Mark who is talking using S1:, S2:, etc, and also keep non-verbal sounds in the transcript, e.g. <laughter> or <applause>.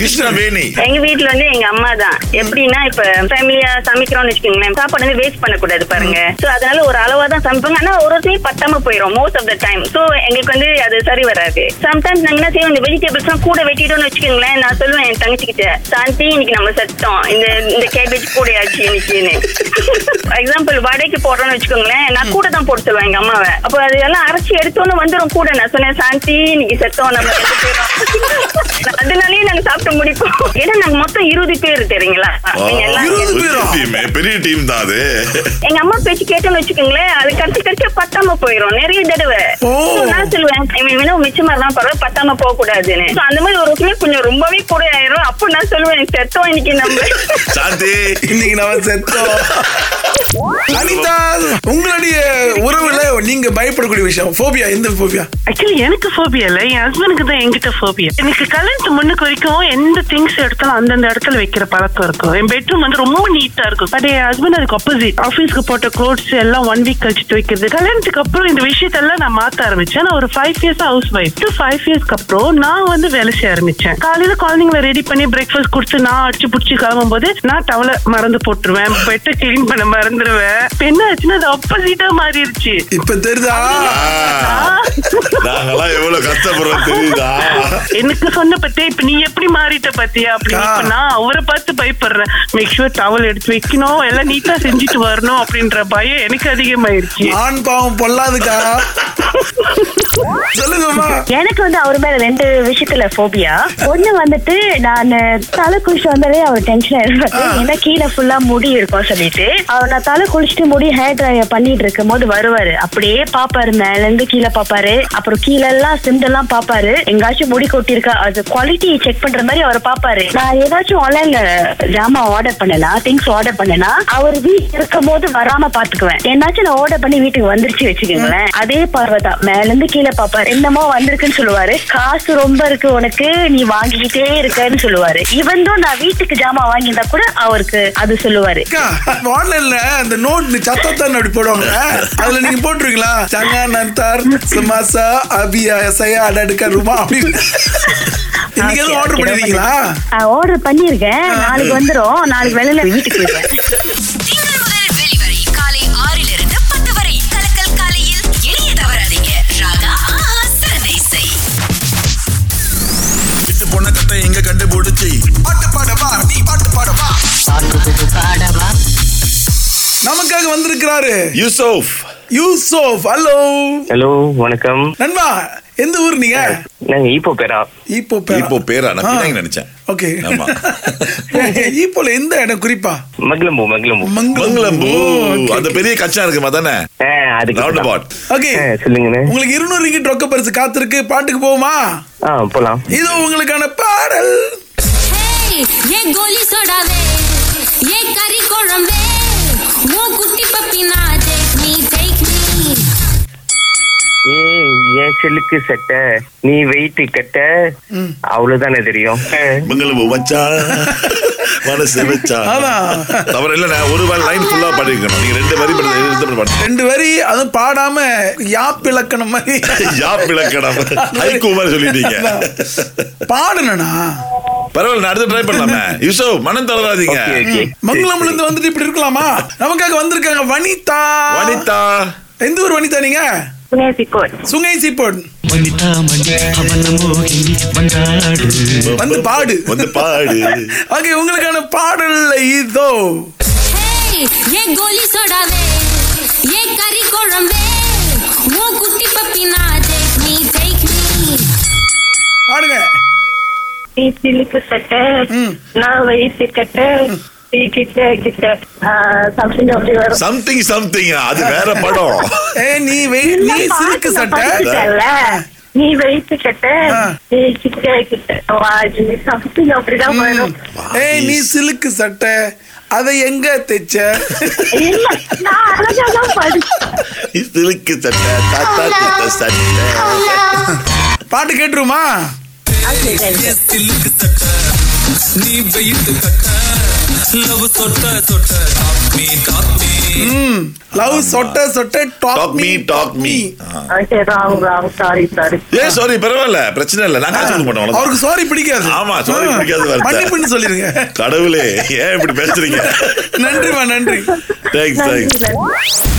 S1: கிருஷ்ணவேணி
S2: எங்க வீட்ல வந்து எங்க அம்மா தான் எப்படின்னா இப்ப ஃபேமிலியா சமைக்கிறோம்னு வச்சுக்கோங்களேன் சாப்பாடு வந்து வேஸ்ட் பண்ணக்கூடாது பாருங்க சோ அதனால ஒரு அளவா தான் சமைப்பாங்க ஆனா ஒரு ஒருத்தையும் பத்தாம போயிடும் most of the time so எங்களுக்கு வந்து அது சரி வராது சம்டைம்ஸ் நாங்க என்ன செய்வோம் இந்த வெஜிடபிள்ஸ் எல்லாம் கூட வெட்டிட்டோம்னு வச்சுக்கோங்களேன் நான் சொல்லுவேன் என் தங்கச்சிக்கிட்ட சாந்தி இன்னைக்கு நம்ம செத்தோம் இந்த இந்த கேபேஜ் கூடையாச்சு இன்னைக்குன்னு <laughs> எக்ஸாம்பிள் வடைக்கு போடுறோம்னு வச்சுக்கோங்களேன் நான் கூட தான் போட்டு சொல்லுவேன் எங்க அம்மாவை அப்ப அதெல்லாம் அரைச்சி எடுத்தோன்னு வந்துரும் கூட நான் சொன்னேன் சாந்தி இன்னைக்கு செத்தோம் நம்ம ரெண்டு பேரும் அதனாலயே நாங்க சாப்பிட்டு முடிப்போம் ஏன்னா நாங்க மொத்தம் இருபது பேர் தெரியுங்களா நீங்க எல்லாம்
S3: இருபது
S1: ஒரு
S3: பேரா?
S1: team, பெரிய டீம் தான் அது
S2: எங்க அம்மா பேச்சு கேட்டோம்னு வச்சுக்கோங்களேன் அது கடிச்சு கடிச்சு பத்தாம போயிரும் நிறைய தடவை
S3: ஓ.
S2: So, நான் சொல்லுவேன் இவன் வேணும் மிச்சமா இருந்தா பரவாயில்ல பத்தாம போக கூடாதுன்னு So, அந்த மாதிரி ஒரு விஷயம் கொஞ்சம் ரொம்பவே கூட ஆயிரும் அப்போ நான் சொல்லுவேன் செத்தோம் இன்னைக்கு நம்ம
S3: <laughs>
S1: சாந்தி
S3: இன்னைக்கு நம்ம செத்தோம் <laughs> அனிதா உங்களுடைய உறவுல நீங்க பயப்படக்கூடிய விஷயம் போபியா எந்த போபியா
S4: ஆக்சுவலி எனக்கு ஃபோபியா இல்ல என் ஹஸ்பண்டுக்கு தான் என்கிட்ட ஃபோபியா எனக்கு கல்யாணத்துக்கு முன்னுக்கு வரைக்கும் எந்த திங்ஸ் எடுத்தாலும் அந்தந்த இடத்துல வைக்கிற பழக்கம் இருக்கும் என் பெட்ரூம் வந்து ரொம்ப நீட்டா இருக்கும் பட் என் ஹஸ்பண்ட் அதுக்கு ஆப்போசிட் ஆஃபீஸ்க்கு போட்ட க்ளோத்ஸ் எல்லாம் ஒன் வீக் கழிச்சுட்டு வைக்கிறது கல்யாணத்துக்கு அப்புறம் இந்த விஷயத்தெல்லாம் நான் மாத்த ஆரம்பிச்சேன் நான் ஒரு five years housewife to five இயர்ஸ்க்கு அப்புறம் நான் வந்து வேலை செய்ய ஆரம்பிச்சேன் காலையில குழந்தைங்களை ரெடி பண்ணி பிரேக்ஃபாஸ்ட் கொடுத்து நான் அடிச்சு பிடிச்சி கிளம்பும் போது நான் டவலை மறந்து போட்டுருவேன் பெட்டை கிளீன் பண்ண மறந்துடுவேன் இப்ப என்ன ஆச்சுன்னா அது ஆப்போசிட்டா மாறிடுச்சு
S3: இப்ப தெரியுதா
S1: ஆ, நாங்கெல்லாம் எவ்வளவு கஷ்டப்படுறோம் தெரியுதா
S4: எனக்கு சொன்ன பத்தியா இப்ப நீ எப்படி மாறிட்ட பாத்தியா அப்படின்னு இப்ப நான் அவரை பார்த்து பயப்படுறேன் மேக் ஷூர் டவல் எடுத்து வைக்கணும் எல்லாம் நீட்டா செஞ்சுட்டு வரணும் அப்படின்ற பயம் எனக்கு அதிகமாயிருச்சு
S3: ஆண் பாவம் பொல்லாதுக்கா சொல்லுங்கம்மா
S5: எனக்கு வந்து அவர் மேல ரெண்டு விஷயத்துல ஃபோபியா ஒண்ணு வந்துட்டு நான் தலை குளிச்சுட்டு வந்தாலே அவர் டென்ஷன் ஆயிருப்பாரு ஏன்னா கீழே ஃபுல்லா முடி இருக்கும் சொல்லிட்டு அவர் நான் தலை குளிச்சுட்டு முடி ஹேர் ட்ரையர் பண்ணிட்டு இருக்கும் போது வருவாரு அப்படியே பாப்பாரு மேல இருந்து கீழே பாப்பாரு அப்புறம் கீழே எல்லாம் சிந்தெல்லாம் பாப்பாரு எங்காச்சும் முடி கொட்டியிருக்கா அது குவாலிட்டி செக் பண்ற மாதிரி அவர் பாப்பாரு நான் ஏதாச்சும் ஆன்லைன்ல ஜாமான் ஆர்டர் பண்ணனா திங்ஸ் ஆர்டர் பண்ணனா அவர் வீட்டுல இருக்கும் போது வராம பாத்துக்குவேன் என்னாச்சும் நான் ஆர்டர் பண்ணி வீட்டுக்கு வந்துருச்சு வச்சுக்கோங்களேன் அதே பார்வை தான் மேல இருந்து கீழே பாப்பாரு என்னமோ வந்திருக்குன்னு சொல்லுவாரு காசு ரொம்ப இருக்கு உனக்கு நீ வாங்கிக்கிட்டே இருக்கன்னு சொல்லுவாரு இவன் நான் வீட்டுக்கு ஜாமான் வாங்கியிருந்தா கூட அவருக்கு அது சொல்லுவாரு
S3: அக்கா ஆன்லைன்ல அந்த நோட் சத்தத்தான் அப்படி போடுவாங்க அதுல நீங்க போட்டுருவீங்களா சங்கா நந்தார் சுமாசா அபியா சையா அடாடுக்கா ரூமா அப்படின்னு இன்னைக்கு எதுவும் ஆர்டர் பண்ணிருக்கீங்களா
S5: ஆர்டர் பண்ணிருக்கேன் நாளைக்கு வந்துரும் நாளைக்கு வெளியில வீட்டுக்கு போயிருவேன்
S6: திங்கள் முதல் வெளிவரை காலை ஆறிலிருந்து பத்து வரை கலக்கல் காலையில் இணைய தவறாதீங்க ராகா ஆஹா, சிறந்த இசை
S7: விட்டு பொண்ண கட்ட எங்க கண்டுபிடிச்சி பாட்டு பாடவா நீ பாட்டு பாடவா
S3: நமக்காக வந்திருக்கிறாரு
S1: யூசோஃப்
S3: யூசோப் ஹலோ
S8: ஹலோ வணக்கம்
S3: நண்பா எந்த ஊர் நீங்க
S8: நாங்க ஈப்போ பேரா
S3: இப்போ
S1: இப்போ பேரா நான்
S3: ஆ.
S1: பின்னாடி நினைச்சேன்
S3: ஓகே
S1: ஆமா.
S3: இப்போல எந்த இடம் குறிப்பா
S8: மகிழம்பு மகிழம்பு
S1: மங்களம்பூ அந்த பெரிய கச்சா இருக்குமா தானே
S8: ஆ, அதுக்கு
S1: ரவுண்ட்
S8: தான்.
S1: அபவுட்
S3: ஓகே
S8: ஆ, சொல்லுங்கண்ணே
S3: உங்களுக்கு இருநூறு ரிங்கிட் ரொக்க பரிசு காத்திருக்கு பாட்டுக்கு போவோமா
S8: ஆ போலாம்
S3: இது உங்களுக்கான பாடல்
S9: ஏ கோலி சோடாவே ஏ கறி குழம்பே ஓ குட்டி பப்பினா டேக் மீ டேக் மீ
S8: ஏ என் செல்லுக்கு சட்டை நீ வெயிட் கட்ட அவ்வளவுதானே தெரியும் ஆ,
S1: மங்களம்பூ வச்சா மனசு வச்சா
S3: ஆமா.
S1: தவறு இல்ல நான் ஒரு வாரம் லைன் ஃபுல்லா பாடிருக்கணும் நீங்க ரெண்டு வரி பாடுறது எழுத்து பாடுறேன்
S3: ரெண்டு வரி அதுவும் பாடாம யாப் இலக்கணம் மாதிரி
S1: யாப் விளக்கடம் ஹைகூ மாதிரி சொல்லிட்டீங்க
S3: பாடணும்னா
S1: பரவாயில்ல நான் அடுத்து ட்ரை பண்ணலாமே யூசோ மனம் தளராதீங்க
S8: ஓகே ஓகே
S3: மங்களம்ல இருந்து வந்துட்டு இப்படி இருக்கலாமா நமக்காக வந்திருக்காங்க வனிதா
S1: வனிதா
S3: எந்த ஊர் வனிதா நீங்க சுங்கை சீப்போட் வந்து பாடு
S1: வந்து பாடு
S3: ஓகே உங்களுக்கான பாடல் இதோ
S9: ஹே ஏ கோலி சோடாவே ஏ கறி குழம்பே ஓ குட்டி பப்பினா டேக் மீ டேக் மீ
S3: பாடுங்க
S10: நீ சிலுக்கு சட்ட நான் வயிற்று கட்ட நீ கிட்ட கிட்ட சம்திங் அப்படி வரும்
S1: சம்திங் சம்திங் அது வேற படம்
S3: ஏ நீ வெய் நீ சிறுக்கு சட்டை
S10: படிச்சுட்டல்ல? நீ வயிற்று கட்ட
S3: ஆ.
S10: நீ கிட்ட
S2: é
S10: கிட்ட சம்திங் அப்படிதான் வரும்
S3: ஏ நீ சிலுக்கு சட்டை அதை எங்க தைச்ச
S10: இல்ல நான் அழகா தான் படிச்சேன்
S1: சிலுக்கு சட்டை தாத்தா தீத்த சட்டை
S3: பாட்டு கேட்டுருமா
S7: நீ வெயிட் கட்ட லவ் சொட்ட சொட்ட காப்பி காப்பி
S3: லவ் சொட்ட சொட்ட talk me talk me
S10: okay wrong wrong sorry sorry
S1: ஏ சாரி பரவாயில்ல பிரச்சனை இல்ல நான் காசு கொடுக்க மாட்டேன் அவ்வளவுதான்.
S3: அவருக்கு சாரி பிடிக்காது
S1: ஆமா சாரி பிடிக்காது வருத்தம்.
S3: மன்னிப்புன்னு சொல்லிருங்க
S1: கடவுளே ஏன் இப்படி பேசுறீங்க
S3: நன்றிமா நன்றி
S1: தேங்க்ஸ் தேங்க்ஸ்
S10: நன்றி நன்றி